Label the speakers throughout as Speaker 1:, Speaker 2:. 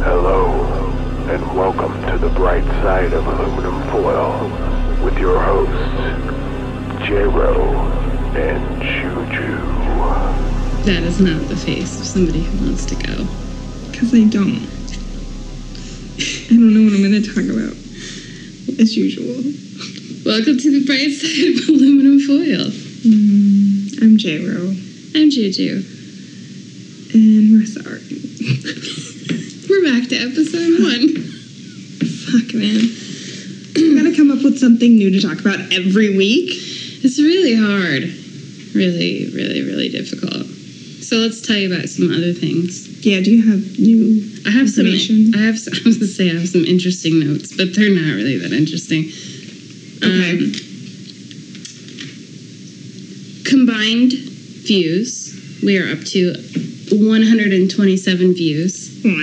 Speaker 1: Hello, and welcome to the bright side of aluminum foil with your hosts, J-Ro and Juju.
Speaker 2: That is not the face of somebody who wants to go.
Speaker 3: Because I don't. I don't know what I'm going to talk about. As usual.
Speaker 2: Welcome to the bright side of aluminum foil.
Speaker 3: Mm, I'm J Ro,
Speaker 2: I'm Juju.
Speaker 3: and we're sorry.
Speaker 2: We're back to episode one.
Speaker 3: Fuck, man. we gotta come up with something new to talk about every week.
Speaker 2: It's really hard. Really, really, really difficult. So let's tell you about some other things.
Speaker 3: Yeah, do you have new.
Speaker 2: I have some.
Speaker 3: Information.
Speaker 2: I have. s- I was gonna say I have some interesting notes, but they're not really that interesting.
Speaker 3: Okay.
Speaker 2: Um, combined views, we are up to 127 views on
Speaker 3: Wow.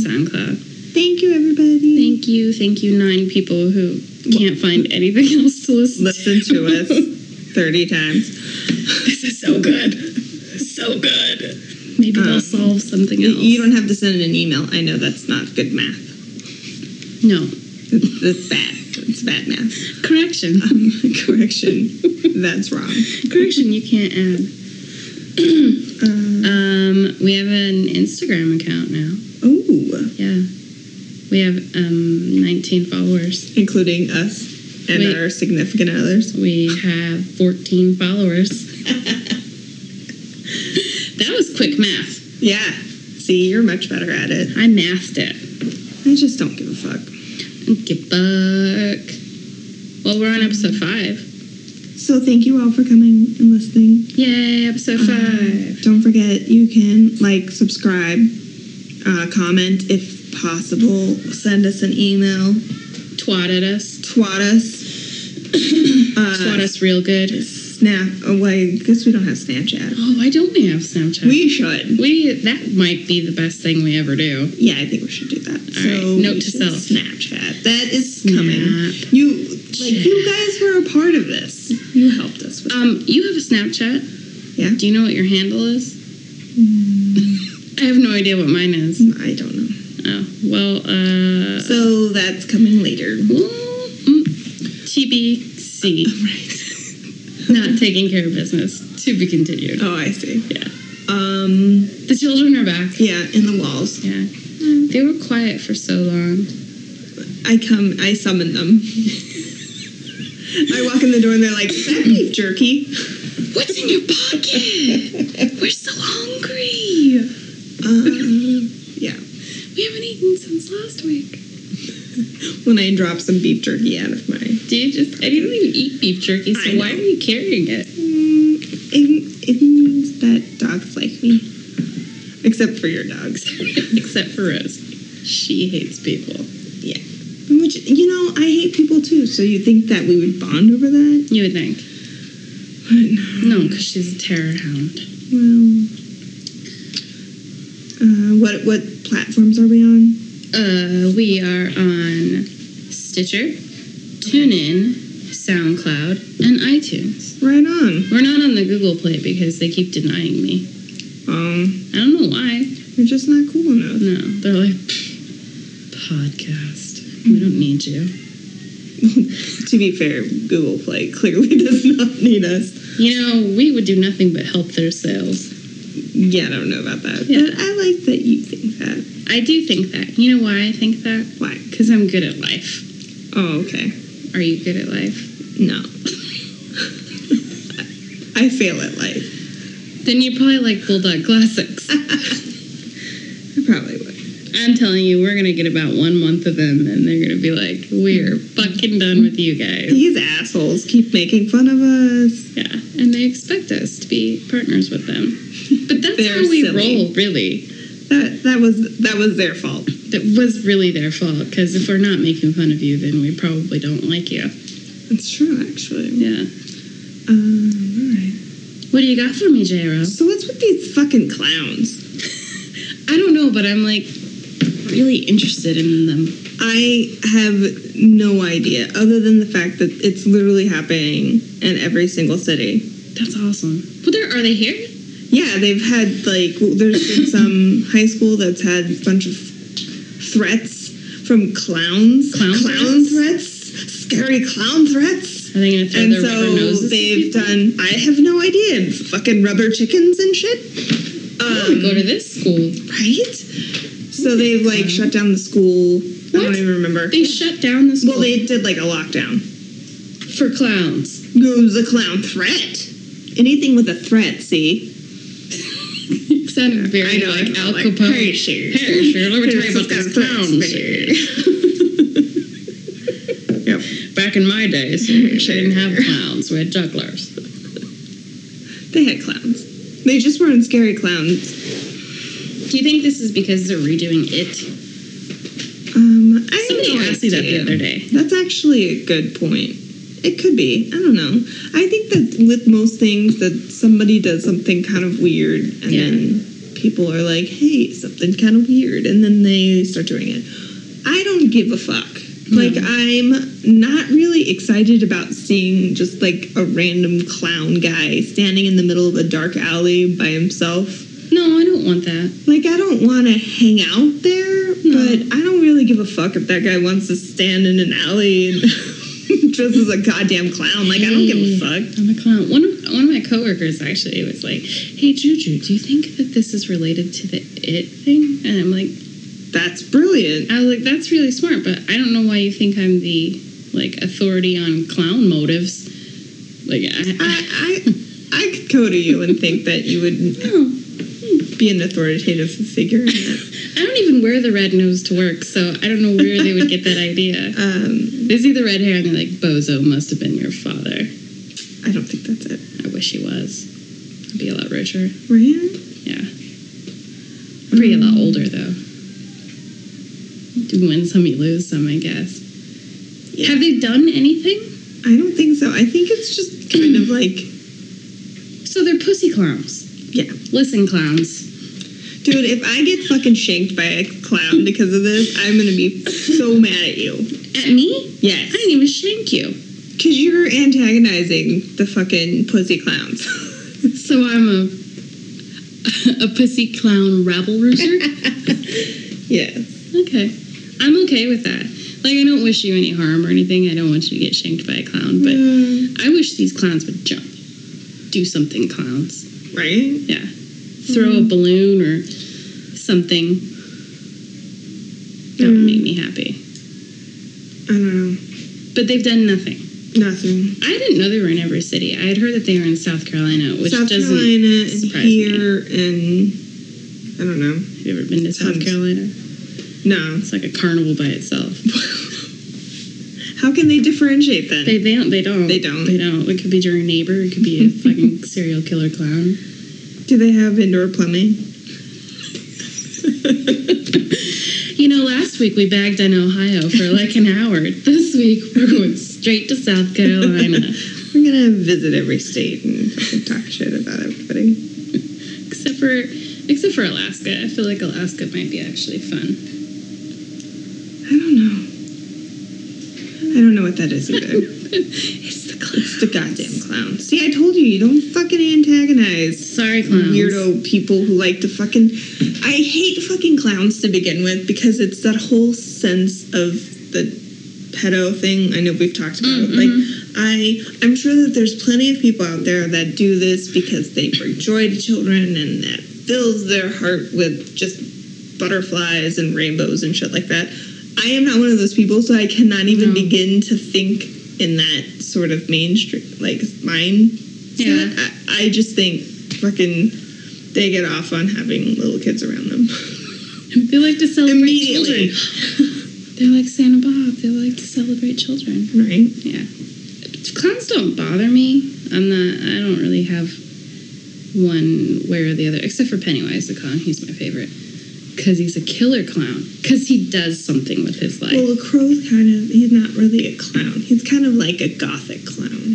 Speaker 2: SoundCloud.
Speaker 3: um, Thank you, everybody.
Speaker 2: Thank you, thank you, nine people who can't find anything else to listen to.
Speaker 3: Listen to us 30 times.
Speaker 2: This is so good. So good. Um, Maybe
Speaker 3: Uh,
Speaker 2: they'll solve something else.
Speaker 3: You don't have to send an email. I know that's not good math.
Speaker 2: No.
Speaker 3: That's, that's bad. It's bad math.
Speaker 2: Correction.
Speaker 3: Um, correction. That's wrong.
Speaker 2: Uh, Correction, you can't add.
Speaker 3: Uh,
Speaker 2: Um, we have an Instagram account now.
Speaker 3: oh,
Speaker 2: Yeah. We have um, 19 followers.
Speaker 3: including us and
Speaker 2: Wait.
Speaker 3: our significant others.
Speaker 2: We have 14 followers. that was quick math.
Speaker 3: Yeah. See, you're much better at it.
Speaker 2: I mathed it.
Speaker 3: I just don't give a fuck.
Speaker 2: Get back. Well, we're on episode five.
Speaker 3: So thank you all for coming and listening.
Speaker 2: Yay, episode five.
Speaker 3: Uh, don't forget you can like, subscribe, uh, comment if possible, send us an email,
Speaker 2: Twat at us.
Speaker 3: twat us.
Speaker 2: Twat
Speaker 3: uh,
Speaker 2: us real good.
Speaker 3: snap. Oh, well, I guess we don't have Snapchat.
Speaker 2: Oh, why don't we have Snapchat?
Speaker 3: We should.
Speaker 2: we that might be the best thing we ever do.
Speaker 3: Yeah, I think we should do that.
Speaker 2: All right, note
Speaker 3: we
Speaker 2: to
Speaker 3: should
Speaker 2: self.
Speaker 3: Snapchat. That is coming.
Speaker 2: Snap.
Speaker 3: You like you guys were a part of this. You helped us with
Speaker 2: Um, you have a Snapchat.
Speaker 3: Yeah.
Speaker 2: Do you know what your handle is? I have no idea what mine is.
Speaker 3: Um, I don't know.
Speaker 2: Oh well. Uh.
Speaker 3: So that's coming later.
Speaker 2: mm, TBC. Not taking care of business. To be continued.
Speaker 3: Oh, I see.
Speaker 2: Yeah.
Speaker 3: Um
Speaker 2: The children are back.
Speaker 3: yeah, in the walls.
Speaker 2: Yeah. They were quiet for so long.
Speaker 3: I come I summon them. I walk in the door and they're like, "Is that beef jerky.
Speaker 2: What's in your pocket? We're so hungry.
Speaker 3: Um, yeah.
Speaker 2: We haven't eaten since last week.
Speaker 3: When I drop some beef jerky out of my
Speaker 2: Dude, just I didn't even eat beef jerky,
Speaker 3: I
Speaker 2: so
Speaker 3: know.
Speaker 2: why are you carrying it?
Speaker 3: Mm, it, it means that dogs like me. Except for your dogs.
Speaker 2: Except for Rose. She hates people.
Speaker 3: Yeah. Which, you know, I hate people too, so you think that we would bond over that?
Speaker 2: You would think.
Speaker 3: But
Speaker 2: No, because she's a terror hound.
Speaker 3: no. Well, uh, what, what platforms are we on?
Speaker 2: Uh, we are on Stitcher, TuneIn, SoundCloud, and iTunes.
Speaker 3: Right on.
Speaker 2: We're not on the Google Play because they keep denying me.
Speaker 3: Um,
Speaker 2: I don't know why.
Speaker 3: you're just not cool enough.
Speaker 2: No, they're like, "Pfft, podcast. We don't need you.
Speaker 3: to be fair, Google Play clearly does not need us.
Speaker 2: You know, we would do nothing but help their sales.
Speaker 3: Yeah, I don't know about that.
Speaker 2: Yeah.
Speaker 3: But I like that you think that.
Speaker 2: I do think that. You know why I think that?
Speaker 3: Why?
Speaker 2: Because I'm good at life.
Speaker 3: Oh, okay.
Speaker 2: Are you good at life?
Speaker 3: No. I fail at life.
Speaker 2: Then you probably like Bulldog Classics.
Speaker 3: I probably would.
Speaker 2: I'm telling you, we're gonna get about one month of them, and they're gonna be like, "We're fucking done with you guys."
Speaker 3: These assholes keep making fun of us.
Speaker 2: Yeah, and they expect us to be partners with them. But that's
Speaker 3: They're
Speaker 2: how we
Speaker 3: silly.
Speaker 2: roll, really.
Speaker 3: That that was that was their fault.
Speaker 2: That was really their fault. Because if we're not making fun of you, then we probably don't like you.
Speaker 3: It's true, actually.
Speaker 2: Yeah.
Speaker 3: Um, all right.
Speaker 2: What What do you got for me, J-Ro?
Speaker 3: So what's with these fucking clowns?
Speaker 2: I don't know, but I'm like really interested in them.
Speaker 3: I have no idea, other than the fact that it's literally happening in every single city.
Speaker 2: That's awesome. But there are they here?
Speaker 3: Yeah, they've had like w- there's been some high school that's had a bunch of threats from clowns,
Speaker 2: Clown
Speaker 3: clown
Speaker 2: threats?
Speaker 3: threats, scary clown threats.
Speaker 2: Are they gonna throw
Speaker 3: and
Speaker 2: their rubber
Speaker 3: so
Speaker 2: noses?
Speaker 3: they've done. I have no idea. Fucking rubber chickens and shit.
Speaker 2: Oh,
Speaker 3: Um,
Speaker 2: go to this school.
Speaker 3: right? So they've like shut down the school. I don't
Speaker 2: What?
Speaker 3: even remember.
Speaker 2: They shut down the school
Speaker 3: well, they did like a lockdown.
Speaker 2: for clowns.
Speaker 3: It was a clown threat. Anything with a threat, see?
Speaker 2: Sounded very
Speaker 3: I know,
Speaker 2: like
Speaker 3: I
Speaker 2: Al
Speaker 3: know, like,
Speaker 2: Capone.
Speaker 3: "Hey, sure.
Speaker 2: Hey, sure. Let me tell
Speaker 3: Here's
Speaker 2: you about
Speaker 3: some
Speaker 2: these
Speaker 3: clowns,
Speaker 2: clowns.
Speaker 3: Yep.
Speaker 2: Back in my days, we didn't have clowns. We had jugglers.
Speaker 3: They had clowns. They just weren't scary clowns.
Speaker 2: Do you think this is because they're redoing it?
Speaker 3: Um, I have
Speaker 2: Somebody
Speaker 3: no
Speaker 2: asked me that the
Speaker 3: idea.
Speaker 2: other day.
Speaker 3: That's actually a good point. It could be. I don't know. I think that with most things that somebody does something kind of weird and
Speaker 2: Yeah.
Speaker 3: then people are like, "Hey, something kind of weird." And then they start doing it. I don't give a fuck. Like I'm not really excited about seeing just like a random clown guy standing in the middle of a dark alley by himself.
Speaker 2: No, I don't want that.
Speaker 3: Like I don't want to hang out there, but I don't really give a fuck if that guy wants to stand in an alley and dress as a goddamn clown. Like I don't give a fuck.
Speaker 2: I'm a clown. One of, one of my coworkers actually was like, "Hey, Juju, do you think that this is related to the it thing?" And I'm like,
Speaker 3: That's brilliant.
Speaker 2: I was like, that's really smart, but I don't know why you think I'm the like authority on clown motives. Like, I, I,
Speaker 3: I I, I could go to you and think that you would
Speaker 2: no,
Speaker 3: be an authoritative figure. In that.
Speaker 2: I don't even wear the red nose to work, so I don't know where they would get that idea.
Speaker 3: Um,
Speaker 2: They see the red hair and they're like, Bozo must have been your father.
Speaker 3: I don't think that's it.
Speaker 2: I wish he was. I'd be a lot richer.
Speaker 3: Right?
Speaker 2: Yeah, I'd be a lot older though. You win some, you lose some, I guess.
Speaker 3: Yeah.
Speaker 2: Have they done anything?
Speaker 3: I don't think so. I think it's just kind of like
Speaker 2: So they're pussy clowns.
Speaker 3: yeah.
Speaker 2: Listen, clowns.
Speaker 3: Dude, if I get fucking shanked by a clown because of this, I'm gonna be so mad at you.
Speaker 2: At me? I
Speaker 3: Yes.
Speaker 2: didn't even shank you.
Speaker 3: Because you're antagonizing the fucking pussy clowns.
Speaker 2: So I'm a a pussy clown rabble rouser.
Speaker 3: yes.
Speaker 2: okay, I'm okay with that. Like I don't wish you any harm or anything. I don't want you to get shanked by a clown, but I wish these clowns would jump, do something, clowns.
Speaker 3: Right?
Speaker 2: Yeah, throw
Speaker 3: Mm-hmm.
Speaker 2: a balloon or something. That would
Speaker 3: Mm.
Speaker 2: make me happy.
Speaker 3: I don't know.
Speaker 2: But they've done nothing.
Speaker 3: Nothing.
Speaker 2: I didn't know they were in every city. I had heard that they were in South Carolina, which
Speaker 3: South
Speaker 2: doesn't
Speaker 3: Carolina and
Speaker 2: surprise
Speaker 3: here and I don't know.
Speaker 2: Have you ever been to South
Speaker 3: Tons.
Speaker 2: Carolina?
Speaker 3: No.
Speaker 2: It's like a carnival by itself.
Speaker 3: How can they differentiate then?
Speaker 2: They, they don't. They don't.
Speaker 3: They don't.
Speaker 2: They don't. It could be your neighbor. It could be a fucking serial killer clown.
Speaker 3: Do they have indoor plumbing?
Speaker 2: You know, last week we bagged on Ohio for like an hour. This week we're going straight to South Carolina,
Speaker 3: We're gonna visit every state and fucking talk shit about everybody.
Speaker 2: except for except for Alaska. I feel like Alaska might be actually fun.
Speaker 3: I don't know. I don't know what that is either.
Speaker 2: it's the clowns.
Speaker 3: it's the goddamn clown. See, I told you, you don't fucking antagonize.
Speaker 2: Sorry, clowns.
Speaker 3: weirdo people who like to fucking. I hate fucking clowns to begin with because it's that whole sense of the pedo thing. I know we've talked about it.
Speaker 2: Mm-hmm.
Speaker 3: Like, I I'm sure that there's plenty of people out there that do this because they bring joy to children and that fills their heart with just butterflies and rainbows and shit like that. I am not one of those people, so I cannot even
Speaker 2: No.
Speaker 3: begin to think in that sort of mainstream like mind
Speaker 2: Yeah.
Speaker 3: I, I just think fucking they get off on having little kids around them.
Speaker 2: They like to celebrate
Speaker 3: Immediately.
Speaker 2: children. They're like Santa Bob. They like to celebrate children.
Speaker 3: Right?
Speaker 2: Yeah. Clowns don't bother me. I'm not, I don't really have one way or the other, except for Pennywise the clown. He's my favorite. Because he's a killer clown. Because he does something with his life.
Speaker 3: Well, the crow's kind of, he's not really a clown. He's kind of like a gothic clown.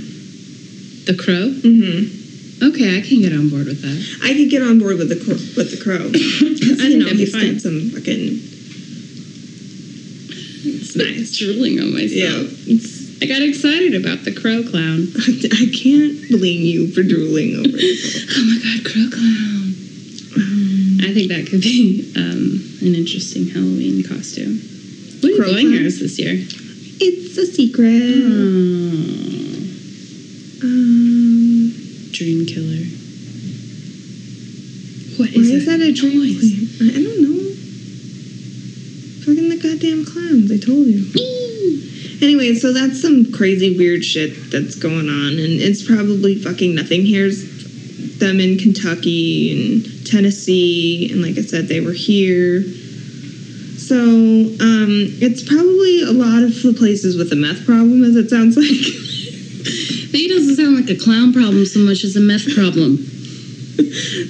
Speaker 2: the crow?
Speaker 3: Mm-hmm.
Speaker 2: Okay, I can get on board with that.
Speaker 3: I could get on board with the cro- with the crow. I
Speaker 2: I
Speaker 3: you
Speaker 2: think
Speaker 3: know,
Speaker 2: that'd be
Speaker 3: he's
Speaker 2: fine.
Speaker 3: got some fucking. It's nice.
Speaker 2: Drooling on myself.
Speaker 3: Yeah, it's,
Speaker 2: I got excited about the crow clown.
Speaker 3: I can't blame you for drooling over it.
Speaker 2: Oh my god, crow clown.
Speaker 3: Um,
Speaker 2: I think that could be um, an interesting Halloween costume. What are you
Speaker 3: Crow
Speaker 2: going
Speaker 3: clown?
Speaker 2: yours this year?
Speaker 3: It's a secret.
Speaker 2: Oh,
Speaker 3: Um,
Speaker 2: dream killer. What
Speaker 3: why
Speaker 2: is,
Speaker 3: is that a dream?
Speaker 2: noise?
Speaker 3: clan? I I don't know. Fucking the goddamn clowns! I told you. Anyway, so that's some crazy weird shit that's going on, and it's probably fucking nothing. Here's them in Kentucky and Tennessee, and like I said, they were here. So um, it's probably a lot of the places with a meth problem, as it sounds like.
Speaker 2: Maybe it doesn't sound like a clown problem so much as a meth problem.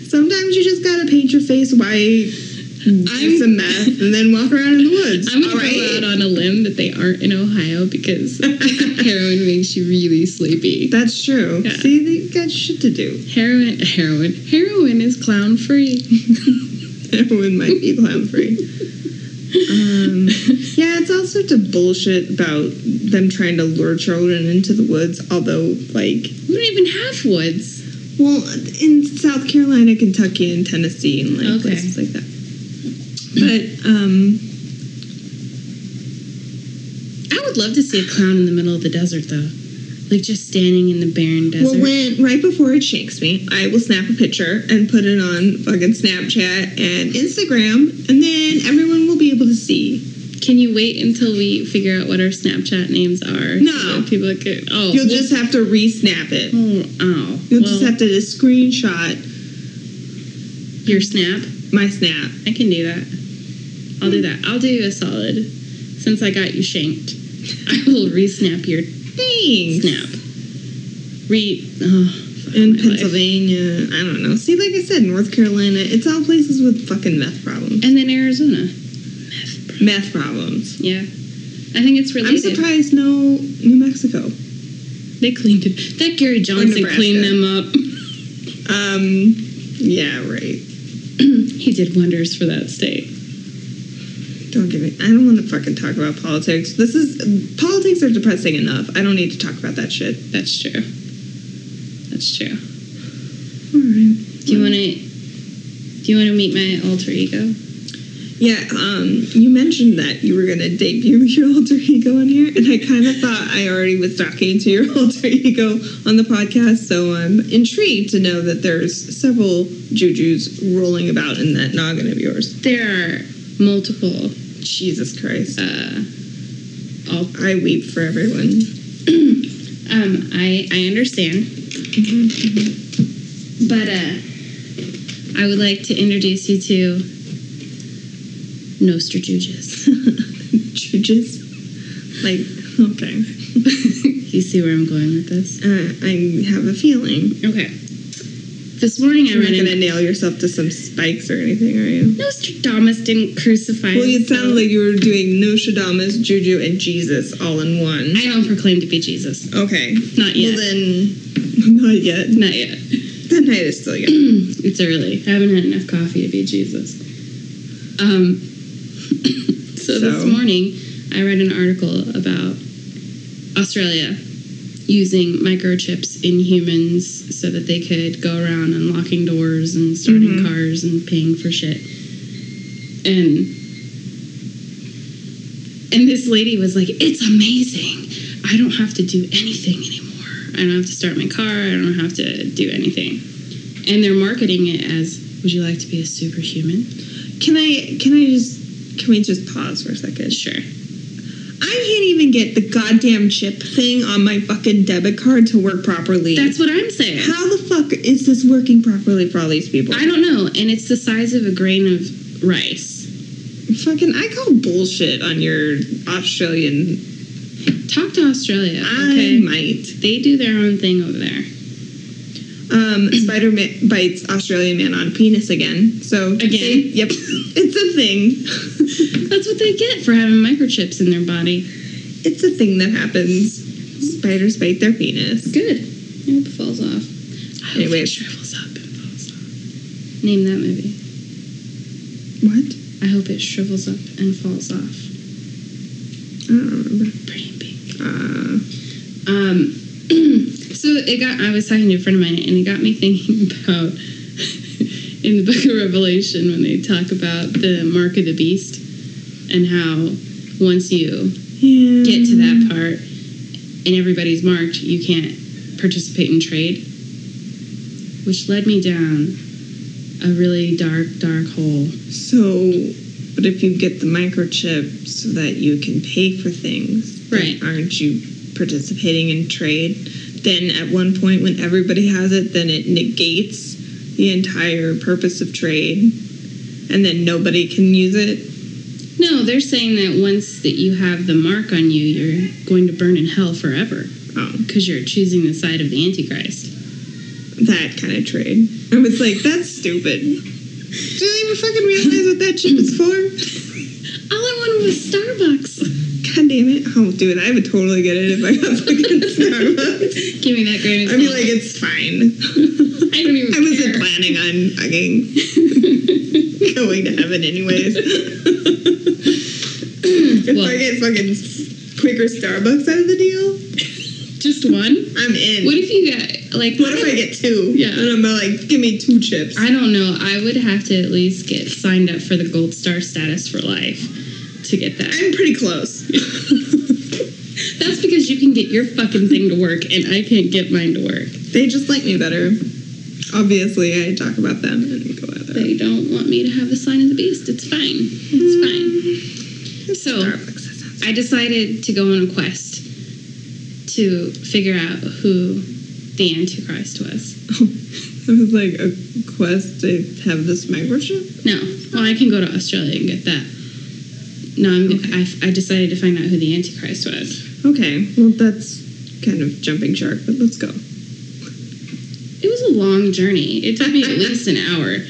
Speaker 3: Sometimes you just gotta paint your face white, do
Speaker 2: I'm-
Speaker 3: some meth, and then walk around in the woods.
Speaker 2: Hmm. I'm gonna
Speaker 3: all right?
Speaker 2: go out on a limb that they aren't in Ohio because heroin makes you really sleepy.
Speaker 3: That's true.
Speaker 2: Yeah.
Speaker 3: See, they got shit to do.
Speaker 2: Heroin, heroin, heroin is clown free.
Speaker 3: Everyone might be clown free. Um, yeah, it's all sorts of bullshit about them trying to lure children into the woods. Although, like,
Speaker 2: we don't even have woods.
Speaker 3: well, in South Carolina, Kentucky, and Tennessee, and like
Speaker 2: Okay.
Speaker 3: places like that. But um,
Speaker 2: I would love to see a clown in the middle of the desert, though. Like just standing in the barren desert.
Speaker 3: well, when right before it shakes me, I will snap a picture and put it on fucking Snapchat and Instagram, and then everyone will be able to see.
Speaker 2: Can you wait until we figure out what our Snapchat names are?
Speaker 3: No.
Speaker 2: so that people could. Oh,
Speaker 3: You'll
Speaker 2: well-
Speaker 3: just have to re-snap it.
Speaker 2: Oh, oh.
Speaker 3: You'll
Speaker 2: well,
Speaker 3: just have to just screenshot
Speaker 2: your snap.
Speaker 3: my snap.
Speaker 2: I can do that. I'll do that. I'll do you a solid. Since I got you shanked, I will re-snap your
Speaker 3: Thanks.
Speaker 2: snap. Re. Oh, fuck my
Speaker 3: In
Speaker 2: life.
Speaker 3: Pennsylvania, I don't know. See, like I said, North Carolina, it's all places with fucking meth problems.
Speaker 2: And then Arizona. Meth. bro.
Speaker 3: Meth problems.
Speaker 2: Yeah. I think it's related.
Speaker 3: I'm surprised no New Mexico.
Speaker 2: They cleaned it. That Gary Johnson
Speaker 3: Nebraska.
Speaker 2: cleaned them up.
Speaker 3: Um, yeah, right.
Speaker 2: he did wonders for that state.
Speaker 3: Don't give me. I don't want to fucking talk about politics. This is politics are depressing enough. I don't need to talk about that shit.
Speaker 2: That's true. That's true.
Speaker 3: All right.
Speaker 2: Do you want to? Do you want to meet my alter ego?
Speaker 3: Yeah. Um, you mentioned that you were gonna debut your alter ego on here, and I kind of thought I already was talking to your alter ego on the podcast. So I'm intrigued to know that there's several juju's rolling about in that noggin of yours.
Speaker 2: There are multiple
Speaker 3: Jesus Christ.
Speaker 2: uh, al-
Speaker 3: I weep for everyone.
Speaker 2: um, I I understand, but uh, I would like to introduce you to Noster Judas.
Speaker 3: Juju's. Like, okay.
Speaker 2: you see where I'm going with this?
Speaker 3: Uh, I have a feeling.
Speaker 2: Okay. This morning I
Speaker 3: You're not
Speaker 2: read
Speaker 3: gonna
Speaker 2: an
Speaker 3: nail yourself to some spikes or anything, are you?
Speaker 2: Nostradamus didn't crucify.
Speaker 3: Well, you
Speaker 2: himself.
Speaker 3: sound like you were doing Nostradamus, Juju, and Jesus all in one.
Speaker 2: I don't proclaim to be Jesus.
Speaker 3: Okay.
Speaker 2: Not yet.
Speaker 3: Well, then, not yet.
Speaker 2: Not yet.
Speaker 3: The night is still young.
Speaker 2: it's early. I haven't had enough coffee to be Jesus. Um, so, this
Speaker 3: So?
Speaker 2: morning, I read an article about Australia using microchips in humans so that they could go around unlocking doors and starting cars and paying for shit. And and this lady was like, "It's amazing. I don't have to do anything anymore. I don't have to start my car. I don't have to do anything." And they're marketing it as, "Would you like to be a superhuman?"
Speaker 3: Can I? Can I just? Can we just pause for a second?
Speaker 2: Sure.
Speaker 3: I can't even get the goddamn chip thing on my fucking debit card to work properly.
Speaker 2: That's what I'm saying.
Speaker 3: how the fuck is this working properly for all these people?
Speaker 2: I don't know, and it's the size of a grain of rice.
Speaker 3: fucking I call bullshit on your Australian.
Speaker 2: Talk to Australia.
Speaker 3: I
Speaker 2: Okay.
Speaker 3: might.
Speaker 2: They do their own thing over there.
Speaker 3: Um, spider ma- bites Australian man on penis again. So
Speaker 2: Again?
Speaker 3: they- yep, it's a thing.
Speaker 2: That's what they get for having microchips in their body.
Speaker 3: It's a thing that happens. Spiders bite their penis.
Speaker 2: Good. I hope it falls off. I
Speaker 3: Anyway,
Speaker 2: She shrivels up and falls off. Name that movie.
Speaker 3: what?
Speaker 2: I hope it shrivels up and falls off.
Speaker 3: I don't remember.
Speaker 2: Pretty big.
Speaker 3: Uh,
Speaker 2: Um, so it got. I was talking to a friend of mine, and it got me thinking about in the Book of Revelation when they talk about the mark of the beast and how once you
Speaker 3: yeah.
Speaker 2: get to that part and everybody's marked, you can't participate in trade, which led me down a really dark, dark hole.
Speaker 3: So, but if you get the microchip so that you can pay for things, then
Speaker 2: Right.
Speaker 3: aren't you participating in trade? Then at one point, when everybody has it, then it negates the entire purpose of trade, and then nobody can use it.
Speaker 2: No, they're saying that once that you have the mark on you, you're going to burn in hell forever
Speaker 3: Oh,
Speaker 2: because you're choosing the side of the Antichrist.
Speaker 3: that kind of trade. I was like, that's stupid. Do they even fucking realize what that chip is for?
Speaker 2: All I wanted was Starbucks.
Speaker 3: God damn it! Oh, dude, I would totally get it if I got fucking Starbucks.
Speaker 2: Give me that granny.
Speaker 3: I'd be like, it's fine.
Speaker 2: I don't even
Speaker 3: I wasn't
Speaker 2: care.
Speaker 3: planning on fucking going to heaven anyways. if
Speaker 2: Well-
Speaker 3: I get fucking s- quicker Starbucks out of the deal,
Speaker 2: Just one?
Speaker 3: I'm in.
Speaker 2: What if you got, like,
Speaker 3: What if I get two?
Speaker 2: Yeah.
Speaker 3: And I'm like, give me two chips.
Speaker 2: I don't know. I would have to at least get signed up for the gold star status for life to get that.
Speaker 3: I'm pretty close.
Speaker 2: That's because you can get your fucking thing to work and I can't get mine to work.
Speaker 3: they just like me better. Obviously, I talk about them and go out there.
Speaker 2: They don't want me to have the sign of the beast. It's fine. It's fine. So
Speaker 3: Starbucks. that sounds-
Speaker 2: I decided to go on a quest to figure out who the Antichrist was.
Speaker 3: I was like a quest to have this microchip.
Speaker 2: No, well, I can go to Australia and get that. No, I'm, I, I decided to find out who the Antichrist was.
Speaker 3: Okay, well that's kind of jumping shark, but let's go.
Speaker 2: It was a long journey. It took me at least an hour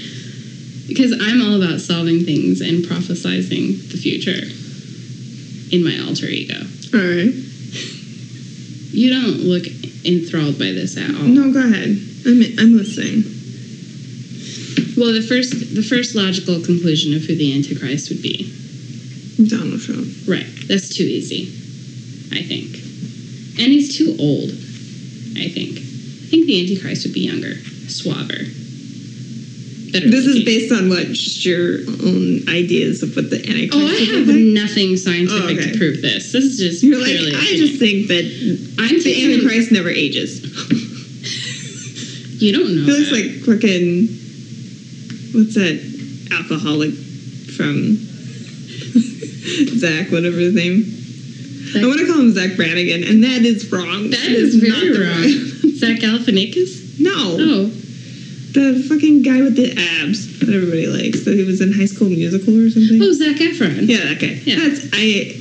Speaker 2: because I'm all about solving things and prophesizing the future in my alter ego.
Speaker 3: All right.
Speaker 2: You don't look enthralled by this at all.
Speaker 3: No, go ahead. I'm I'm listening.
Speaker 2: Well, the first the first logical conclusion of who the antichrist would be.
Speaker 3: Donald Trump.
Speaker 2: Right. That's too easy. I think. And he's too old. I think. I think the antichrist would be younger, suaver. Better
Speaker 3: This is
Speaker 2: looking.
Speaker 3: based on what just your own ideas of what the Antichrist.
Speaker 2: Oh, I
Speaker 3: is
Speaker 2: have
Speaker 3: like.
Speaker 2: nothing scientific
Speaker 3: Oh, okay.
Speaker 2: to prove this. This is just
Speaker 3: You're like
Speaker 2: purely
Speaker 3: I
Speaker 2: opinion.
Speaker 3: just think that
Speaker 2: I'm
Speaker 3: the
Speaker 2: taking-
Speaker 3: Antichrist never ages.
Speaker 2: You don't know.
Speaker 3: He looks
Speaker 2: that.
Speaker 3: like fucking what's that alcoholic from Zach, whatever his name.
Speaker 2: Zach-
Speaker 3: I want to call him Zach Brannigan, and that is wrong.
Speaker 2: that is very
Speaker 3: the
Speaker 2: wrong.
Speaker 3: right-
Speaker 2: Zach Galifianakis?
Speaker 3: No,
Speaker 2: Oh,
Speaker 3: the fucking guy with the abs that everybody likes. That he was in High School Musical or something.
Speaker 2: oh, Zach Efron.
Speaker 3: Yeah, that guy.
Speaker 2: Yeah.
Speaker 3: That's I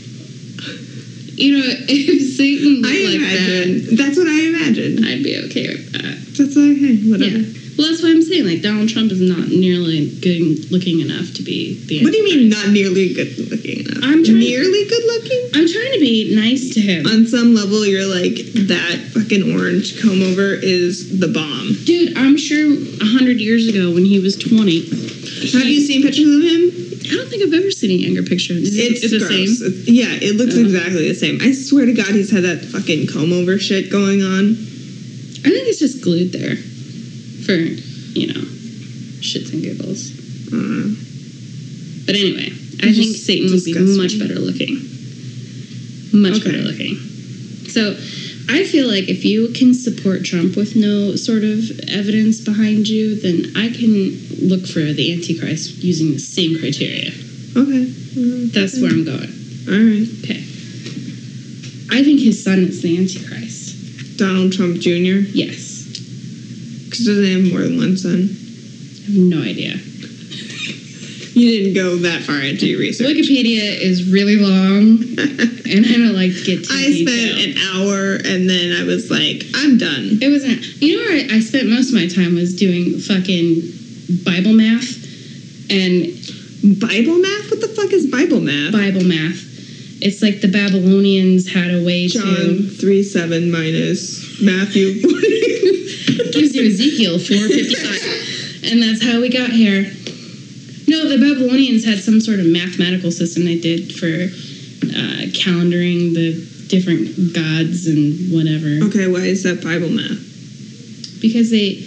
Speaker 2: You know, if Satan
Speaker 3: I
Speaker 2: looked like
Speaker 3: imagine that's what I
Speaker 2: that,
Speaker 3: imagine.
Speaker 2: I'd be okay with that.
Speaker 3: That's what I had, whatever.
Speaker 2: Yeah. Well, that's what I'm saying. Like Donald Trump is not nearly good looking enough to be the.
Speaker 3: What do you mean not nearly good looking enough?
Speaker 2: I'm trying-
Speaker 3: nearly good looking?
Speaker 2: I'm trying to be nice to him,
Speaker 3: On some level you're like, that fucking orange comb over is the bomb.
Speaker 2: dude. I'm sure a hundred years ago when he was 20,
Speaker 3: Have you seen pictures of him?
Speaker 2: I don't think I've ever seen a younger picture. Is it-
Speaker 3: It's,
Speaker 2: is it the
Speaker 3: gross.
Speaker 2: same.
Speaker 3: It's- yeah, it looks
Speaker 2: Oh.
Speaker 3: exactly the same. I swear to God he's had that fucking comb over shit going on.
Speaker 2: I think it's just glued there for, you know, shits and giggles.
Speaker 3: Uh,
Speaker 2: But anyway, I
Speaker 3: It's
Speaker 2: think
Speaker 3: just
Speaker 2: Satan would be
Speaker 3: disgusting.
Speaker 2: much better looking. Much
Speaker 3: Okay.
Speaker 2: better looking. So I feel like if you can support Trump with no sort of evidence behind you, then I can look for the Antichrist using the same criteria.
Speaker 3: okay. Uh,
Speaker 2: That's where I'm going.
Speaker 3: Alright.
Speaker 2: Okay. I think his son is the Antichrist.
Speaker 3: Donald Trump Jr.
Speaker 2: Yes.
Speaker 3: Because doesn't he have more than one son?
Speaker 2: I have no idea.
Speaker 3: You didn't go that far into your research.
Speaker 2: Wikipedia is really long. and I don't like to get too
Speaker 3: I
Speaker 2: detailed.
Speaker 3: spent an hour and then I was like, I'm done.
Speaker 2: it was an, you know where I, I spent most of my time was doing fucking Bible math and
Speaker 3: Bible math? What the fuck is Bible math?
Speaker 2: Bible math. It's like the Babylonians had a way
Speaker 3: John 3 7 minus Matthew.
Speaker 2: to gives you Mr. Ezekiel 455. and that's how we got here. No, the Babylonians had some sort of mathematical system they did for uh, calendaring the different gods and whatever.
Speaker 3: Okay, why is that Bible math?
Speaker 2: Because they,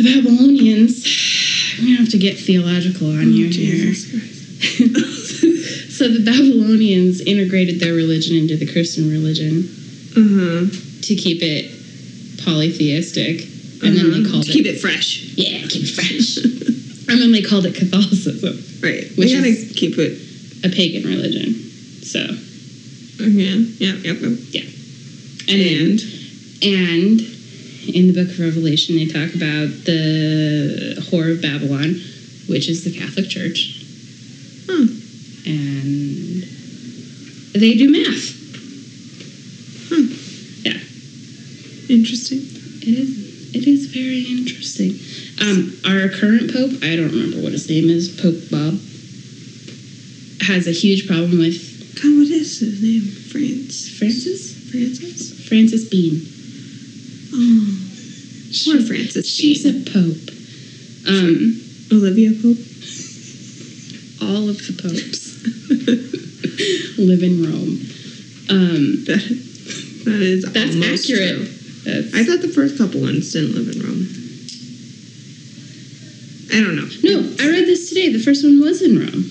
Speaker 2: the Babylonians, I'm going to have to get theological on you
Speaker 3: Oh,
Speaker 2: here. so the Babylonians integrated their religion into the Christian religion
Speaker 3: Uh huh.
Speaker 2: to keep it polytheistic. And then they called
Speaker 3: uh-huh. to
Speaker 2: it
Speaker 3: keep it fresh.
Speaker 2: Yeah, keep it fresh. and then they called it Catholicism,
Speaker 3: Right.
Speaker 2: Which
Speaker 3: we gotta
Speaker 2: is-
Speaker 3: keep it.
Speaker 2: a pagan religion. So
Speaker 3: Okay. Yeah. Yep. yep.
Speaker 2: and and in the Book of Revelation, they talk about the whore of Babylon, which is the Catholic Church,
Speaker 3: Huh.
Speaker 2: and Um, they do math.
Speaker 3: Interesting.
Speaker 2: It is it is very interesting. Um, our current pope, I don't remember what his name is, Pope Bob, has a huge problem with
Speaker 3: God, what is his name? France.
Speaker 2: Francis
Speaker 3: Francis?
Speaker 2: Francis Bean.
Speaker 3: Oh. Poor Francis.
Speaker 2: She's a
Speaker 3: Bean.
Speaker 2: pope. Um,
Speaker 3: Olivia Pope.
Speaker 2: all of the popes live in Rome. Um,
Speaker 3: that, that is
Speaker 2: that's
Speaker 3: almost
Speaker 2: accurate.
Speaker 3: true.
Speaker 2: That's-
Speaker 3: I thought the first couple ones didn't live in Rome. I don't know.
Speaker 2: no, I read this today. The first one was in Rome.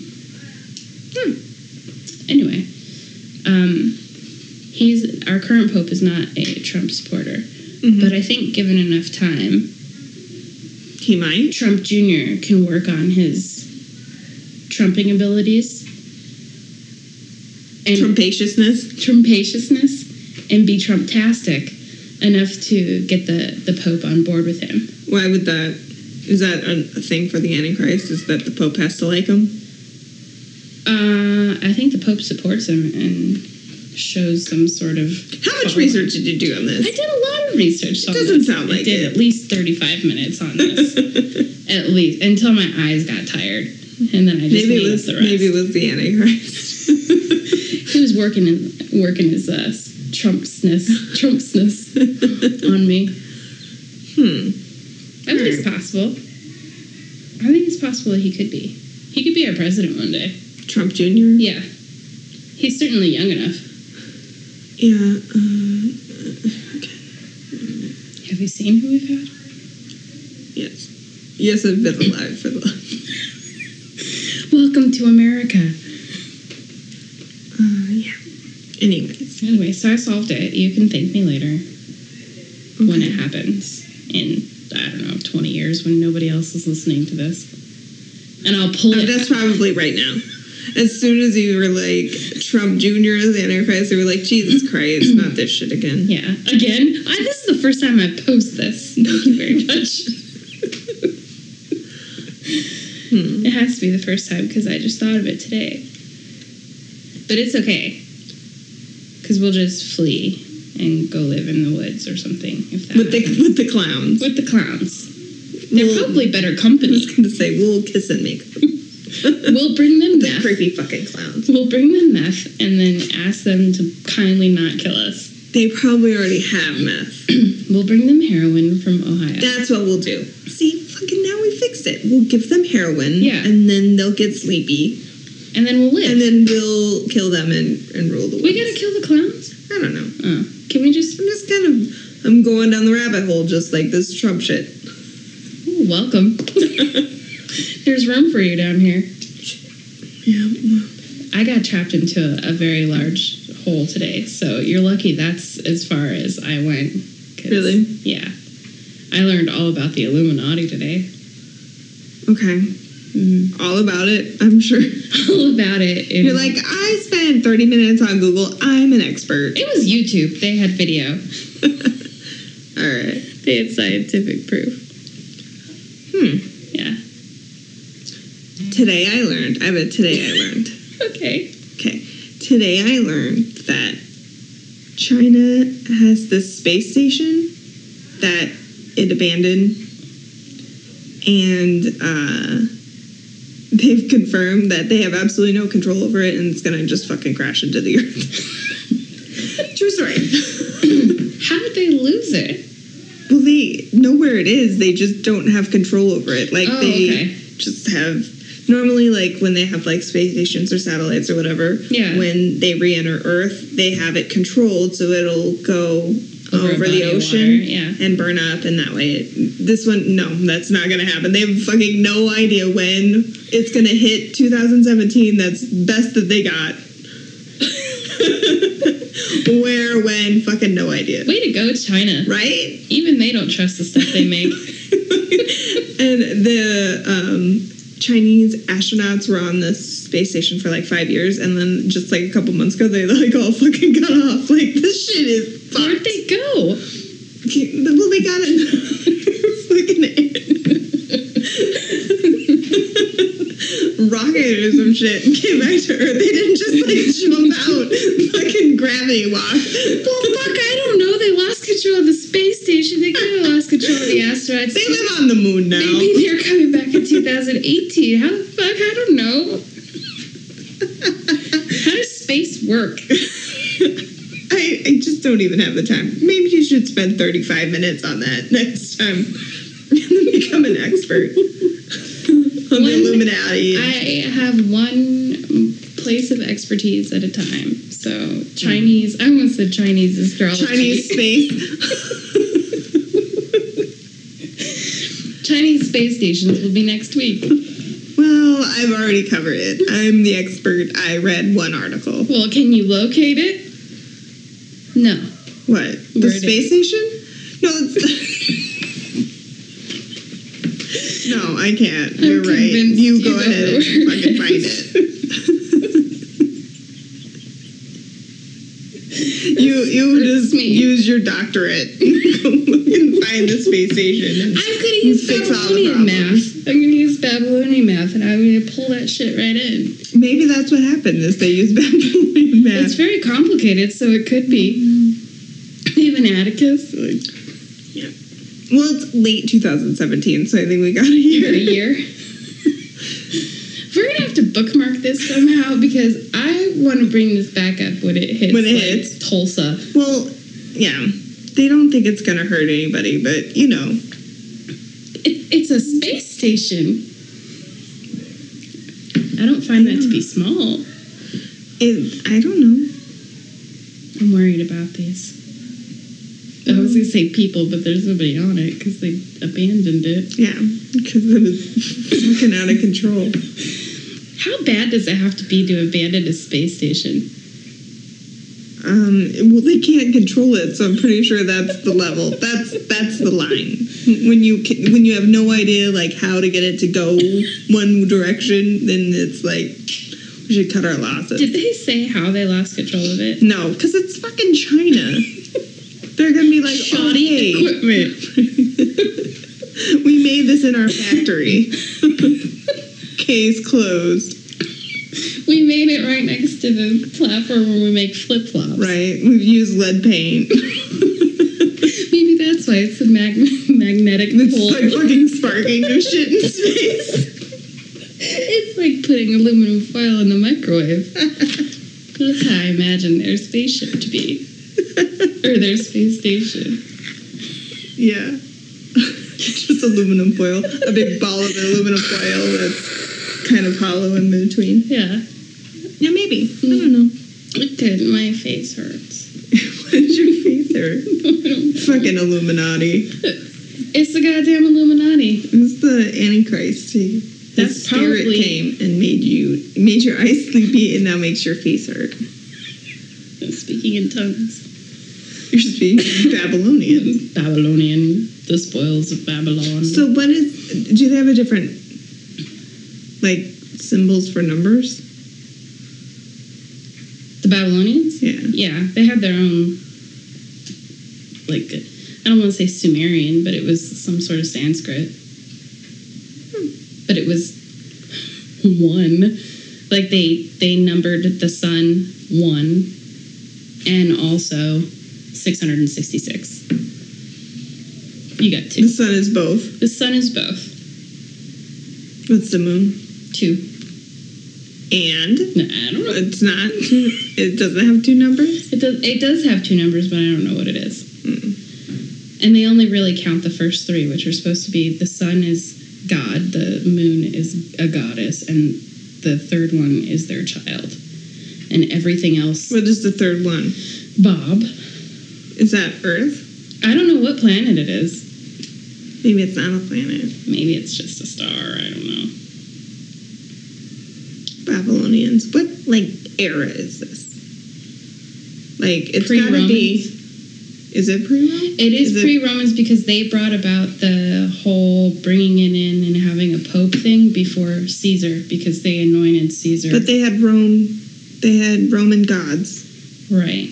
Speaker 3: Hmm.
Speaker 2: Anyway, um, he's our current pope is not a Trump supporter,
Speaker 3: Mhm.
Speaker 2: but I think given enough time,
Speaker 3: he might.
Speaker 2: Trump Jr. can work on his trumping abilities and
Speaker 3: Trumpaciousness.
Speaker 2: trumpaciousness and be trumptastic enough to get the, the Pope on board with him.
Speaker 3: Why would that? Is that a a thing for the Antichrist? Is that the Pope has to like him?
Speaker 2: Uh, I think the Pope supports him and shows some sort of.
Speaker 3: How much
Speaker 2: following.
Speaker 3: research did you do on
Speaker 2: I did a lot of research. on
Speaker 3: doesn't
Speaker 2: this.
Speaker 3: sound
Speaker 2: I
Speaker 3: like
Speaker 2: did
Speaker 3: it.
Speaker 2: at least thirty-five minutes on this,
Speaker 3: this?
Speaker 2: at least until my eyes got tired, and then I just
Speaker 3: maybe it
Speaker 2: made
Speaker 3: was
Speaker 2: up the rest.
Speaker 3: maybe it was the Antichrist.
Speaker 2: he was working in, working his uh, Trumpsness, Trumpsness on me.
Speaker 3: hmm.
Speaker 2: I think it's possible. I think it's possible that he could be. He could be our president one day.
Speaker 3: Trump Jr.
Speaker 2: Yeah. He's certainly young enough.
Speaker 3: Yeah. Uh, okay.
Speaker 2: Have you seen who we've had?
Speaker 3: Yes. Yes, I've been alive for the.
Speaker 2: Welcome to America.
Speaker 3: Uh, yeah. Anyways.
Speaker 2: Anyway, so I solved it. You can thank me later when it
Speaker 3: Okay.
Speaker 2: happens in, I don't know, 20 years when nobody else is listening to this. And I'll pull
Speaker 3: Uh,
Speaker 2: it.
Speaker 3: that's probably right now. As soon as you were like Trump Jr. as the Antichrist, they were like, Jesus Christ, not this shit again.
Speaker 2: yeah. Again, I, this is the first time I post this. Thank you very much.
Speaker 3: Hmm.
Speaker 2: It has to be the first time because I just thought of it today. But it's okay. Because we'll just flee and go live in the woods or something. If that
Speaker 3: With the
Speaker 2: happens.
Speaker 3: with the clowns.
Speaker 2: with the clowns. They're
Speaker 3: We'll-
Speaker 2: probably better
Speaker 3: I
Speaker 2: company.
Speaker 3: was gonna say we'll kiss and make the
Speaker 2: We'll bring them meth.
Speaker 3: creepy fucking clowns.
Speaker 2: We'll bring them meth and then ask them to kindly not kill us.
Speaker 3: They probably already have meth.
Speaker 2: We'll bring them heroin from Ohio.
Speaker 3: That's what we'll do. See, fucking now we fixed it. We'll give them heroin,
Speaker 2: Yeah.
Speaker 3: and then they'll get sleepy,
Speaker 2: and then we'll live.
Speaker 3: and then we'll kill them and, and rule the world.
Speaker 2: we gotta kill the clowns?
Speaker 3: I don't know.
Speaker 2: Oh. Can we just.
Speaker 3: I'm just kind of I'm going down the rabbit hole, just like this Trump shit.
Speaker 2: Ooh, welcome. There's room for you down here.
Speaker 3: Yeah.
Speaker 2: I got trapped into a, a very large hole today, so you're lucky that's as far as I went. 'cause-
Speaker 3: Really?
Speaker 2: Yeah. I learned all about the Illuminati today.
Speaker 3: Okay.
Speaker 2: Mm.
Speaker 3: All about it, I'm sure.
Speaker 2: All about it. in-
Speaker 3: You're like, I spent 30 minutes on Google. I'm an expert.
Speaker 2: it was YouTube. They had video,
Speaker 3: All right.
Speaker 2: they had scientific proof.
Speaker 3: Hmm.
Speaker 2: Yeah.
Speaker 3: Today I learned. I bet today I learned.
Speaker 2: Okay.
Speaker 3: Okay. Today I learned that China has this space station that it abandoned, and uh, they've confirmed that they have absolutely no control over it, and it's gonna just fucking crash into the earth. True story.
Speaker 2: How did they lose it?
Speaker 3: Well, they know where it is. They just don't have control over it. Like
Speaker 2: Oh,
Speaker 3: they
Speaker 2: okay.
Speaker 3: just have. Normally, like when they have like space stations or satellites or whatever,
Speaker 2: Yeah.
Speaker 3: when they re-enter Earth, they have it controlled so it'll go
Speaker 2: Over
Speaker 3: over,
Speaker 2: a body
Speaker 3: the
Speaker 2: of
Speaker 3: ocean
Speaker 2: water, yeah.
Speaker 3: and burn up, and that way, it, this one no, that's not gonna happen. They have fucking no idea when it's gonna hit 2017. That's best that they got. Where, when, fucking no idea,
Speaker 2: Way to go, China.
Speaker 3: right?
Speaker 2: Even they don't trust the stuff they make.
Speaker 3: and the um, Chinese astronauts were on the space station for like five years, and then just like a couple months ago, they like all fucking got off. Like this shit is
Speaker 2: Where'd
Speaker 3: fucked.
Speaker 2: they go?
Speaker 3: Well, they got it. fucking rocket or some shit and came back to Earth. They didn't just like jump out, fucking gravity walk.
Speaker 2: Well, fuck, I don't know. They lost control of the space station. They could have lost control of the asteroids.
Speaker 3: They live on the moon now.
Speaker 2: Maybe they're coming back in 2018. How the fuck? I don't know. How does space work?
Speaker 3: I, I just don't even have the time. Maybe you should spend 35 minutes on that next time. Become an expert on
Speaker 2: One-
Speaker 3: the Illuminati.
Speaker 2: I have one place of expertise at a time. So Chinese, I almost said Chinese astrology.
Speaker 3: Chinese space.
Speaker 2: Chinese space stations will be next week.
Speaker 3: Well, I've already covered it. I'm the expert. I read one article.
Speaker 2: Well, can you locate it? No.
Speaker 3: What? The
Speaker 2: Where it
Speaker 3: space station? No, it's. no, I can't. You're right.
Speaker 2: convinced
Speaker 3: You
Speaker 2: you know
Speaker 3: go ahead and
Speaker 2: where it
Speaker 3: fucking
Speaker 2: is.
Speaker 3: find it. you you
Speaker 2: hurts
Speaker 3: just
Speaker 2: me.
Speaker 3: use your doctorate. go look and find the space
Speaker 2: I'm
Speaker 3: station.
Speaker 2: gonna use
Speaker 3: Fix all the
Speaker 2: Babylonian
Speaker 3: problems.
Speaker 2: math. I'm gonna use Babylonian math, and I'm gonna pull that shit right in.
Speaker 3: Maybe that's what happened. Is they used Babylonian
Speaker 2: It's
Speaker 3: math?
Speaker 2: very complicated, so it could be. They have an Atticus like,
Speaker 3: Well, it's late 2017, so I think we got a year.
Speaker 2: for a year. We're gonna have to bookmark this somehow because I want to bring this back up when it hits.
Speaker 3: When it
Speaker 2: like,
Speaker 3: hits.
Speaker 2: Tulsa.
Speaker 3: Well, yeah. They don't think it's going to hurt anybody, but you know,
Speaker 2: It, it's a space station. I don't find that to be small.
Speaker 3: it, I don't know.
Speaker 2: I'm worried about these. I was gonna say people, but there's nobody on it because they abandoned it.
Speaker 3: Yeah, because it was fucking out of control.
Speaker 2: How bad does it have to be to abandon a space station?
Speaker 3: Um, well, they can't control it, so I'm pretty sure that's the level. That's that's the line. When you ca- when you have no idea like how to get it to go one direction, then it's like we should cut our losses.
Speaker 2: Did they say how they lost control of it?
Speaker 3: No, because it's fucking China. They're gonna be like, oh, hey.
Speaker 2: equipment.
Speaker 3: we made this in our factory. Case closed.
Speaker 2: We made it right next to the platform where we make flip flops.
Speaker 3: Right? We've used lead paint.
Speaker 2: Maybe that's why it's a mag- magnetic pole.
Speaker 3: It's like fucking sparking of shit in space.
Speaker 2: it's like putting aluminum foil in the microwave. That's how I imagine their spaceship to be, or their space station.
Speaker 3: Yeah. Just aluminum foil. A big ball of aluminum foil that's kind of hollow in between.
Speaker 2: Yeah.
Speaker 3: Yeah, maybe. I
Speaker 2: Mm.
Speaker 3: don't know.
Speaker 2: It could. My face hurts.
Speaker 3: What's your faith there? Fucking Illuminati.
Speaker 2: it's the goddamn Illuminati.
Speaker 3: It's the Antichrist. He,
Speaker 2: That's
Speaker 3: his spirit
Speaker 2: probably-
Speaker 3: came and made you made your eyes sleepy and now makes your face hurt.
Speaker 2: Speaking in tongues.
Speaker 3: You're speaking Babylonian.
Speaker 2: Babylonian, the spoils of Babylon.
Speaker 3: So what is? Do they have a different like symbols for numbers?
Speaker 2: the Babylonians?
Speaker 3: Yeah.
Speaker 2: Yeah, they had their own, like, I don't want to say Sumerian, but it was some sort of Sanskrit. But it was one. Like, they, they numbered the sun one and also 666. You got
Speaker 3: The
Speaker 2: two.
Speaker 3: sun is both.
Speaker 2: The sun is both.
Speaker 3: What's the moon?
Speaker 2: Two.
Speaker 3: And
Speaker 2: No, I don't know.
Speaker 3: it's not. It doesn't have two numbers.
Speaker 2: It does, it does have two numbers, but I don't know what it is. And they only really count the first three, which are supposed to be the sun is God, the moon is a goddess, and the third one is their child. And everything else,
Speaker 3: What is the third one?
Speaker 2: Bob.
Speaker 3: Is that Earth?
Speaker 2: I don't know what planet it is.
Speaker 3: Maybe it's not a planet.
Speaker 2: Maybe it's just a star. I don't know.
Speaker 3: Babylonians. What like era is this? Like it's gotta
Speaker 2: Pre-Roman.
Speaker 3: be. Is it pre-Roman?
Speaker 2: It is,
Speaker 3: it-
Speaker 2: pre Romans because they brought about the whole bringing it in and having a pope thing before Caesar because they anointed Caesar.
Speaker 3: But they had Rome. They had Roman gods
Speaker 2: right.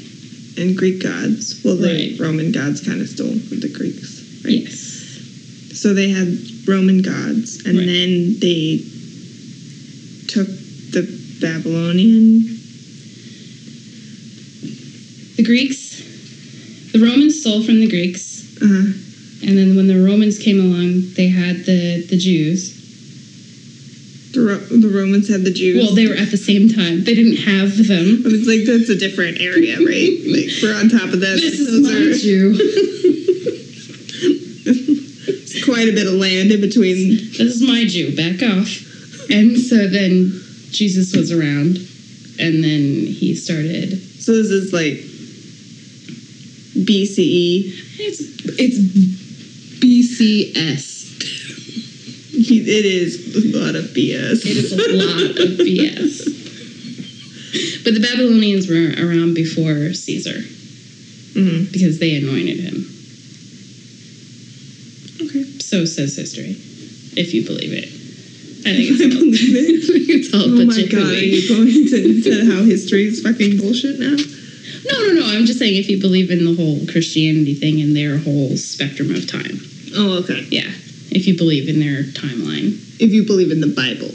Speaker 3: and Greek gods. Well, the
Speaker 2: Right.
Speaker 3: Roman gods kind of stole from the Greeks, right?
Speaker 2: Yes.
Speaker 3: So they had Roman gods, and
Speaker 2: Right.
Speaker 3: then they took the Babylonian.
Speaker 2: The Greeks, the Romans stole from the Greeks.
Speaker 3: Uh,
Speaker 2: And then when the Romans came along, they had the, the Jews.
Speaker 3: the, Ro- the Romans had the Jews.
Speaker 2: Well, they were at the same time. They didn't have them.
Speaker 3: I was like, that's a different area, right? like we're on top of this.
Speaker 2: This is
Speaker 3: Those
Speaker 2: my
Speaker 3: are-
Speaker 2: Jew.
Speaker 3: it's quite a bit of land in between.
Speaker 2: This is my Jew. Back off. And so then Jesus was around, and then he started.
Speaker 3: So this is like E. BCE.
Speaker 2: It's it's BCS.
Speaker 3: It is a lot of BS.
Speaker 2: It is a lot of BS. But the Babylonians were around before Caesar
Speaker 3: hmm
Speaker 2: because they anointed him.
Speaker 3: Okay.
Speaker 2: So says history, if you believe it. I think
Speaker 3: I
Speaker 2: it's all,
Speaker 3: believe it.
Speaker 2: I think it's all
Speaker 3: Oh my god, are
Speaker 2: budget.
Speaker 3: you going to, to how history is fucking bullshit now?
Speaker 2: No, no, no. I'm just saying if you believe in the whole Christianity thing and their whole spectrum of time.
Speaker 3: Oh, okay.
Speaker 2: Yeah. If you believe in their timeline.
Speaker 3: If you believe in the Bible.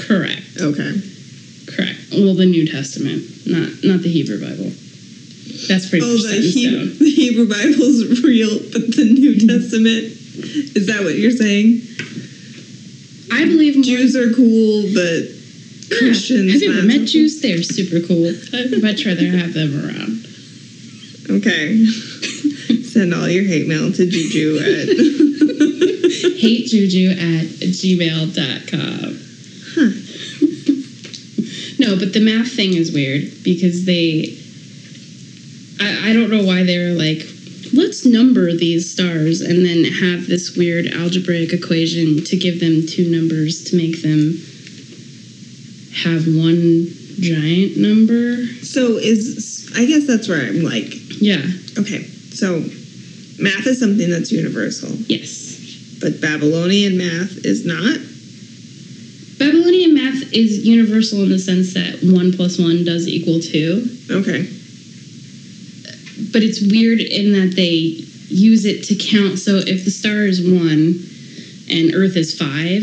Speaker 2: Correct.
Speaker 3: Okay.
Speaker 2: Correct. Well, the New Testament, not not the Hebrew Bible. That's pretty
Speaker 3: Oh,
Speaker 2: much set
Speaker 3: the
Speaker 2: in stone.
Speaker 3: Hebrew, the Hebrew Bible's real, but the New Testament. Is that what you're saying?
Speaker 2: I believe more
Speaker 3: Jews are cool, but Christians.
Speaker 2: Have you ever
Speaker 3: not
Speaker 2: met
Speaker 3: so
Speaker 2: Jews? They're super cool. I'd much rather have them around.
Speaker 3: cool? Okay. Send all your hate mail to Juju at.
Speaker 2: Hate Juju at gmail.com.
Speaker 3: Huh.
Speaker 2: No, but the math thing is weird because they. I, I don't know why they were like, let's number these stars and then have this weird algebraic equation to give them two numbers to make them have one giant number.
Speaker 3: so is I guess that's where I'm like,
Speaker 2: Yeah.
Speaker 3: okay, so math is something that's universal,
Speaker 2: Yes.
Speaker 3: but Babylonian math is not.
Speaker 2: Babylonian math is universal in the sense that one plus one does equal two,
Speaker 3: Okay.
Speaker 2: but it's weird in that they use it to count. So if the star is one and Earth is five,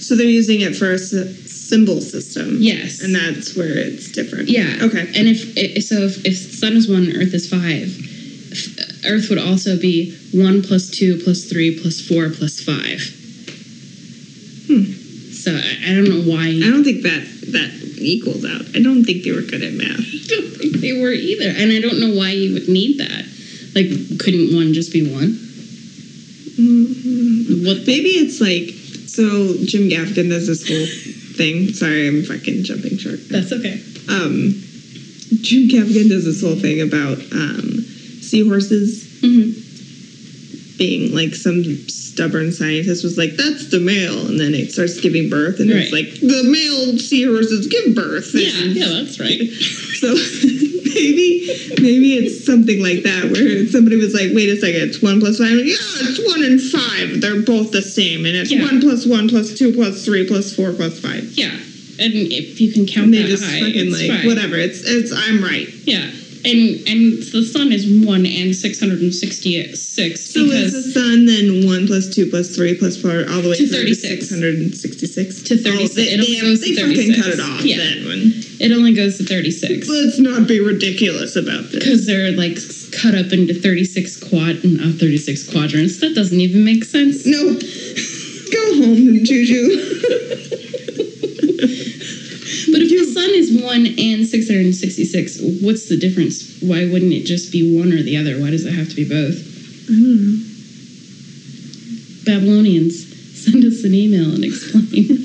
Speaker 3: So they're using it for a s- symbol system.
Speaker 2: yes,
Speaker 3: And that's where it's different.
Speaker 2: yeah,
Speaker 3: Okay.
Speaker 2: And if i- so, if, if sun is one and Earth is five, f- Earth would also be one plus two plus three plus four plus five.
Speaker 3: Hmm.
Speaker 2: So I, I don't know why.
Speaker 3: I don't think that that equals out. I don't think they were good at math.
Speaker 2: don't think they were either. And I don't know why you would need that. Like, couldn't one just be one?
Speaker 3: Mm-hmm.
Speaker 2: What the-
Speaker 3: Maybe it's like so Jim Gaffigan does this whole thing. Sorry, I'm fucking jumping short.
Speaker 2: That's okay.
Speaker 3: Um, Jim Gaffigan does this whole thing about um, seahorses
Speaker 2: hmm
Speaker 3: being like some stubborn scientist was like that's the male and then it starts giving birth and it's
Speaker 2: Right.
Speaker 3: like the male seahorses give birth
Speaker 2: Yeah,
Speaker 3: and
Speaker 2: yeah, that's right.
Speaker 3: So maybe maybe it's something like that where somebody was like, wait a second, it's one plus five. Yeah, it's one and five. They're both the same, and it's
Speaker 2: Yeah.
Speaker 3: one plus one plus two plus three plus four plus five.
Speaker 2: Yeah, and if you can count
Speaker 3: And they
Speaker 2: that
Speaker 3: just
Speaker 2: high,
Speaker 3: fucking
Speaker 2: it's fine.
Speaker 3: like whatever. It's it's I'm right.
Speaker 2: Yeah, and and the sun is one and six hundred and sixty-six
Speaker 3: So
Speaker 2: because
Speaker 3: it's the sun then one plus two plus three plus four all the way
Speaker 2: To
Speaker 3: through
Speaker 2: 36.
Speaker 3: six hundred and sixty six
Speaker 2: To 36.
Speaker 3: they,
Speaker 2: It only
Speaker 3: they-
Speaker 2: goes to
Speaker 3: they fucking cut
Speaker 2: 36.
Speaker 3: it off
Speaker 2: Yeah.
Speaker 3: then. When,
Speaker 2: it only goes to thirty-six.
Speaker 3: let's not be ridiculous about this.
Speaker 2: Because they're like s- cut up into thirty-six quad, not thirty-six quadrants. That doesn't even make sense.
Speaker 3: No, go home, Juju.
Speaker 2: But if the sun is one and six hundred and sixty-six, what's the difference? Why wouldn't it just be one or the other? Why does it have to be both?
Speaker 3: I don't know.
Speaker 2: Babylonians, send us an email and explain.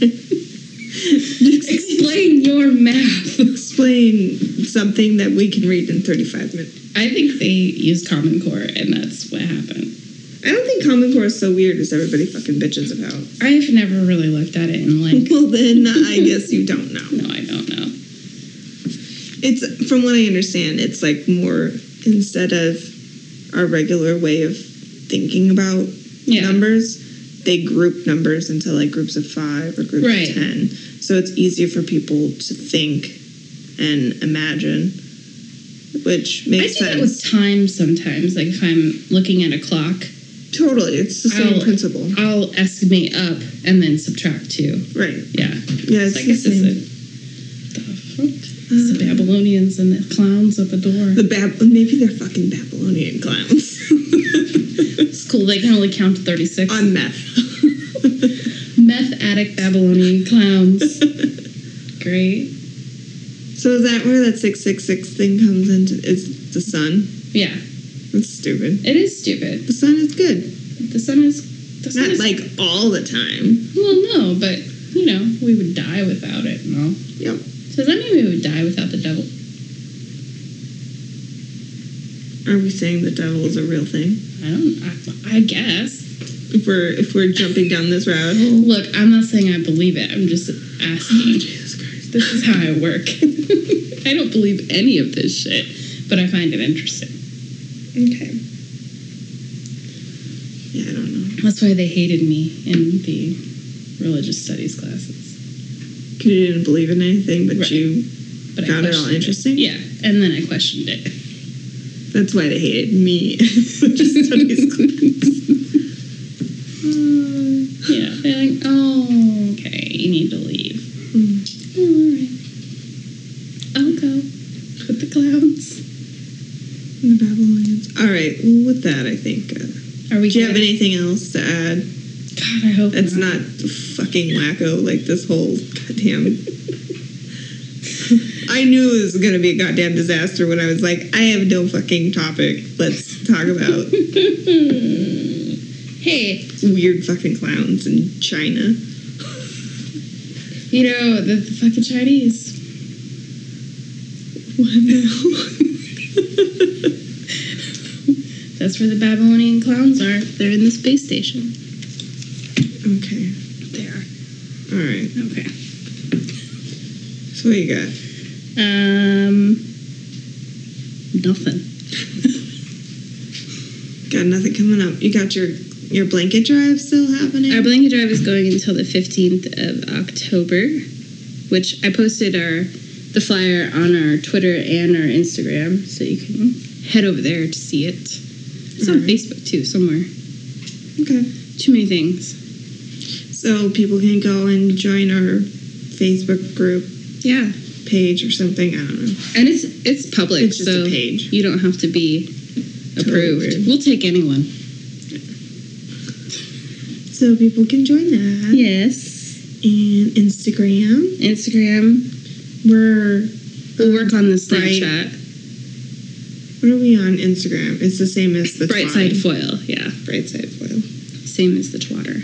Speaker 2: explain your math.
Speaker 3: Explain something that we can read in 35 minutes.
Speaker 2: I think they use Common Core, and that's what happened.
Speaker 3: I don't think Common Core is so weird as everybody fucking bitches about.
Speaker 2: I've never really looked at it and like,
Speaker 3: Well, then I guess you don't know.
Speaker 2: no, I don't know.
Speaker 3: It's from what I understand, it's like more instead of our regular way of thinking about
Speaker 2: Yeah.
Speaker 3: numbers, they group numbers into like groups of five or groups
Speaker 2: Right.
Speaker 3: of ten. So it's easier for people to think and imagine,
Speaker 2: I
Speaker 3: which
Speaker 2: do
Speaker 3: makes
Speaker 2: that
Speaker 3: sense.
Speaker 2: with time sometimes. Like if I'm looking at a clock,
Speaker 3: totally, it's the same
Speaker 2: I'll-
Speaker 3: principle,
Speaker 2: I'll estimate up and then subtract two.
Speaker 3: right?
Speaker 2: Yeah.
Speaker 3: Yeah, it's
Speaker 2: So I
Speaker 3: the
Speaker 2: guess it's
Speaker 3: same.
Speaker 2: a. The, fuck? It's the Babylonians and the clowns at the door.
Speaker 3: The Bab- maybe they're fucking Babylonian clowns
Speaker 2: It's cool. They can only count to 36.
Speaker 3: on meth.
Speaker 2: Meth addict Babylonian clowns. Great.
Speaker 3: so is that where that six six six thing comes into? Is the sun?
Speaker 2: Yeah,
Speaker 3: That's stupid.
Speaker 2: it is stupid.
Speaker 3: The sun is good,
Speaker 2: The sun is. The sun
Speaker 3: not
Speaker 2: is,
Speaker 3: like all the time.
Speaker 2: Well, no, but, you know, we would die without it and all.
Speaker 3: Yep.
Speaker 2: So does that mean we would die without the devil?
Speaker 3: Are we saying the devil is a real thing?
Speaker 2: I don't. I, I guess.
Speaker 3: If we're if we're jumping down this rabbit hole.
Speaker 2: Look, I'm not saying I believe it. I'm just asking.
Speaker 3: Jesus
Speaker 2: Oh,
Speaker 3: Christ.
Speaker 2: This is how I work. I don't believe any of this shit, but I find it interesting.
Speaker 3: Okay. Yeah, I don't know.
Speaker 2: That's why they hated me in the religious studies classes.
Speaker 3: Because you didn't believe in anything, but
Speaker 2: Right.
Speaker 3: you.
Speaker 2: But
Speaker 3: Found
Speaker 2: I
Speaker 3: it all
Speaker 2: questioned
Speaker 3: interesting?
Speaker 2: Yeah, and then I questioned it.
Speaker 3: That's why they hated me. Just studies class.
Speaker 2: Yeah, they're like, oh, okay, you need to leave.
Speaker 3: Hmm.
Speaker 2: "Oh, all right, I'll go with the clowns.
Speaker 3: The Babylonians. All right. Well, with that, I think. Uh,
Speaker 2: Are we?
Speaker 3: do you have
Speaker 2: good?
Speaker 3: anything else to add?
Speaker 2: God, I hope
Speaker 3: That's
Speaker 2: not.
Speaker 3: not fucking wacko like this whole goddamn. I knew it was gonna be a goddamn disaster when I was like, I have no fucking topic. Let's talk about
Speaker 2: hey,
Speaker 3: weird fucking clowns in China.
Speaker 2: you know the, the fucking Chinese.
Speaker 3: What the hell?
Speaker 2: That's where the Babylonian clowns are. They're in the space station.
Speaker 3: okay.
Speaker 2: They are.
Speaker 3: All right.
Speaker 2: Okay.
Speaker 3: So what you got?
Speaker 2: Um. Nothing.
Speaker 3: Got nothing coming up. You got your your blanket drive still happening?
Speaker 2: Our blanket drive is going until the 15th of October, which I posted our the flyer on our Twitter and our Instagram, so you can head over there to see it. It's on
Speaker 3: Alright.
Speaker 2: Facebook too, somewhere.
Speaker 3: okay.
Speaker 2: Too many things.
Speaker 3: So people can go and join our Facebook group
Speaker 2: Yeah,
Speaker 3: page or something. I don't know.
Speaker 2: and it's it's public,
Speaker 3: It's just
Speaker 2: so
Speaker 3: a page.
Speaker 2: you don't have to be approved.
Speaker 3: Approved.
Speaker 2: We'll take anyone.
Speaker 3: So people can join that.
Speaker 2: Yes,
Speaker 3: And Instagram.
Speaker 2: Instagram.
Speaker 3: We're
Speaker 2: We'll work on the
Speaker 3: Bright-
Speaker 2: Snapchat.
Speaker 3: what are we on Instagram? It's the same as the
Speaker 2: Bright
Speaker 3: Twine.
Speaker 2: side foil. Yeah,
Speaker 3: Bright side foil.
Speaker 2: same as the twatter.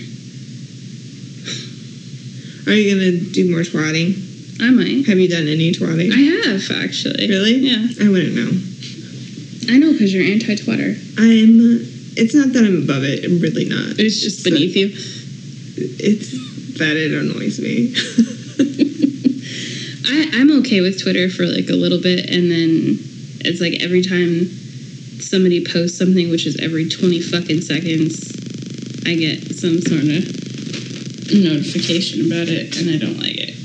Speaker 3: Are you gonna do more twatting?
Speaker 2: I might.
Speaker 3: Have you done any twatting?
Speaker 2: I have actually.
Speaker 3: really?
Speaker 2: Yeah.
Speaker 3: I wouldn't know.
Speaker 2: I know because you're anti twatter.
Speaker 3: I'm. It's not that I'm above it. I'm really not.
Speaker 2: It's just beneath you.
Speaker 3: It's that it annoys me.
Speaker 2: I, I'm okay with Twitter for like a little bit, and then it's like every time somebody posts something, which is every 20 fucking seconds, I get some sort of notification about it, and I don't like it.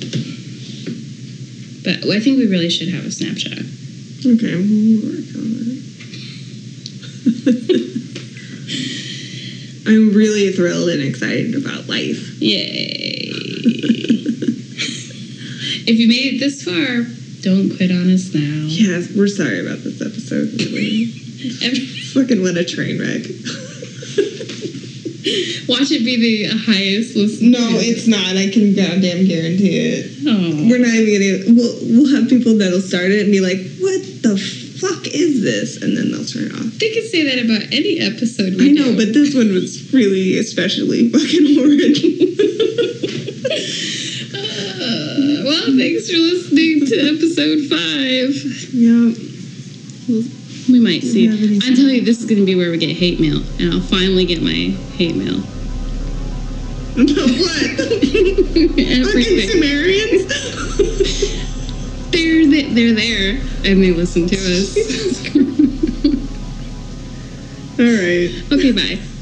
Speaker 2: But I think we really should have a Snapchat.
Speaker 3: okay, we'll work on that. I'm really thrilled and excited about life.
Speaker 2: Yay! if you made it this far, don't quit on us now.
Speaker 3: Yes, we're sorry about this episode. Really.
Speaker 2: Every-
Speaker 3: Fucking what a train wreck.
Speaker 2: Watch it be the highest listen.
Speaker 3: no, it's not. I can goddamn guarantee it.
Speaker 2: Oh.
Speaker 3: Hmm. We're not even gonna. We'll, we'll have people that'll start it and be like, what the fuck is this? And then they'll turn it off.
Speaker 2: They could say that about any episode.
Speaker 3: I
Speaker 2: We
Speaker 3: know,
Speaker 2: do.
Speaker 3: but this one was really especially fucking horrid.
Speaker 2: Uh, well, thanks for listening to episode five.
Speaker 3: yeah.
Speaker 2: We might see.
Speaker 3: have any-
Speaker 2: I'm telling you, this is going to be where we get hate mail, and I'll finally get my hate mail.
Speaker 3: About what? fucking
Speaker 2: Everything.
Speaker 3: Sumerians?
Speaker 2: They're th- they're there, and they listen to us.
Speaker 3: All right.
Speaker 2: okay, bye.